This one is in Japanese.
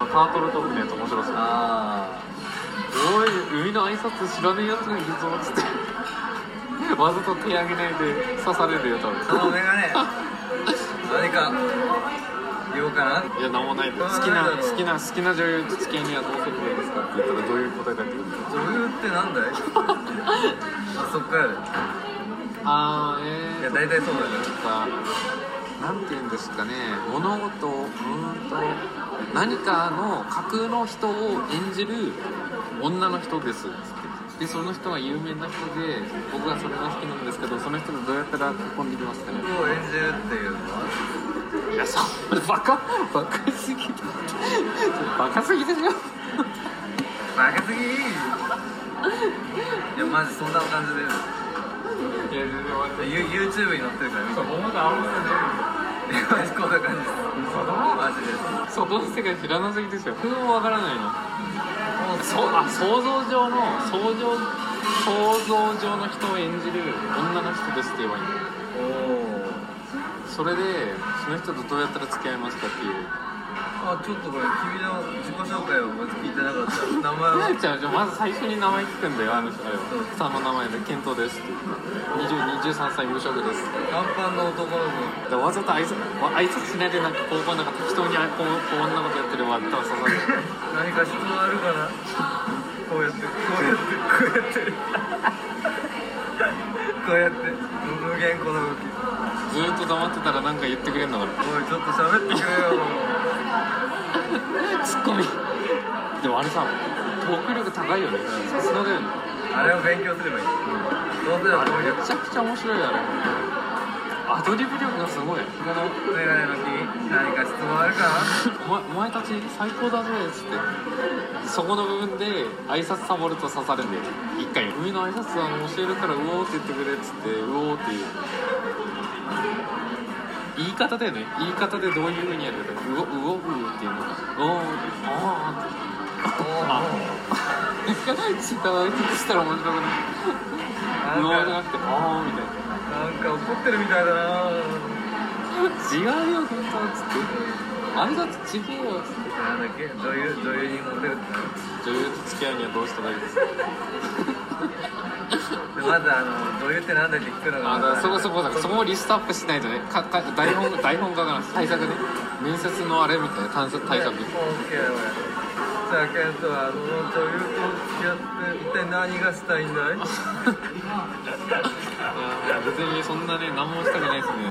タートルトークのやつ面白そうあおい海の挨拶知らねえやつがいるぞっつってわざと手上げないで刺されるよ多あその分メガネ何か言おうかないや何もないです好きな好きな好きな女優と付き合いにはどうすればいいですかって言ったらどういう答え返ってくるんですか女優ってなんだいあそっかやあーでえーいやと大体そうだよなんかなんて言うんですかね物事をうーんと何かの架空の人を演じる女の人ですっつってでその人が有名な人で僕がそれが好きなんですけどその人とどうやったら結婚できますかねを演じるっていうのはいや、そバカ、 バカすぎだ。バカすぎでしょ。バカすぎいやマジそんな感じでいや、全然終わっ You- YouTube に載ってるから見て思うな、あんまいやマジこんな感じですマジですり。その世界知らなすぎでしょ。風もわからないの。そう、あ、想像上の、想像、想像上の人を演じる女の人ですって言えばいいんだよ。おおそれで、その人とどうやったら付き合いますかっていう。あちょっとこれ君の自己紹介をまず聞いてなかった名前はなちゃん、じゃあまず最初に名前聞くんだよ、あの人よ。さんの名前で、健闘ですって言って。20、23歳無職です。短パンの男の子でわざと挨拶わ挨拶しないでなんかこうこうなんか適当にあこうこんなことやってるわって刺さる何か質問あるかなこうやってこうやってこうやってこうやって無限この動きずーっと黙ってたらなんか言ってくれんのかなおいちょっと喋ってくれよツッコミでもあれさトーク力高いよねさすがだよねあれを勉強すればいいどうせだあと思うれよめちゃくちゃ面白いあれアドリブ力がすごいこのメガネの君何か質問あるかなお前お前たち最高だぜっつってそこの部分で挨拶サボると刺されんで一回海の挨拶は教えるからうおーって言ってくれっつってうおーっていう言い方だよね言い方でどういうふうにやるかうおうおうっていうのがおーおーって あ違う言い方したら面白くなおいおうおーじゃなんなかくておーみたいななんか怒ってるみたいだな違うよ本当っつって挨拶違えよっつってなんだっけ女優女優にモテるってな女優と付き合うにはどうしたらいいですかでまずあの女優ってなんだって聞くのがあだからそこそこだからそここをリストアップしないとねかか台本台本書かない対策ね面接のあれみたいな探索対策オッケーじゃあケントはあの女優と付き合って一体何がしたいんだいいや別にそんなね何もしたくないですね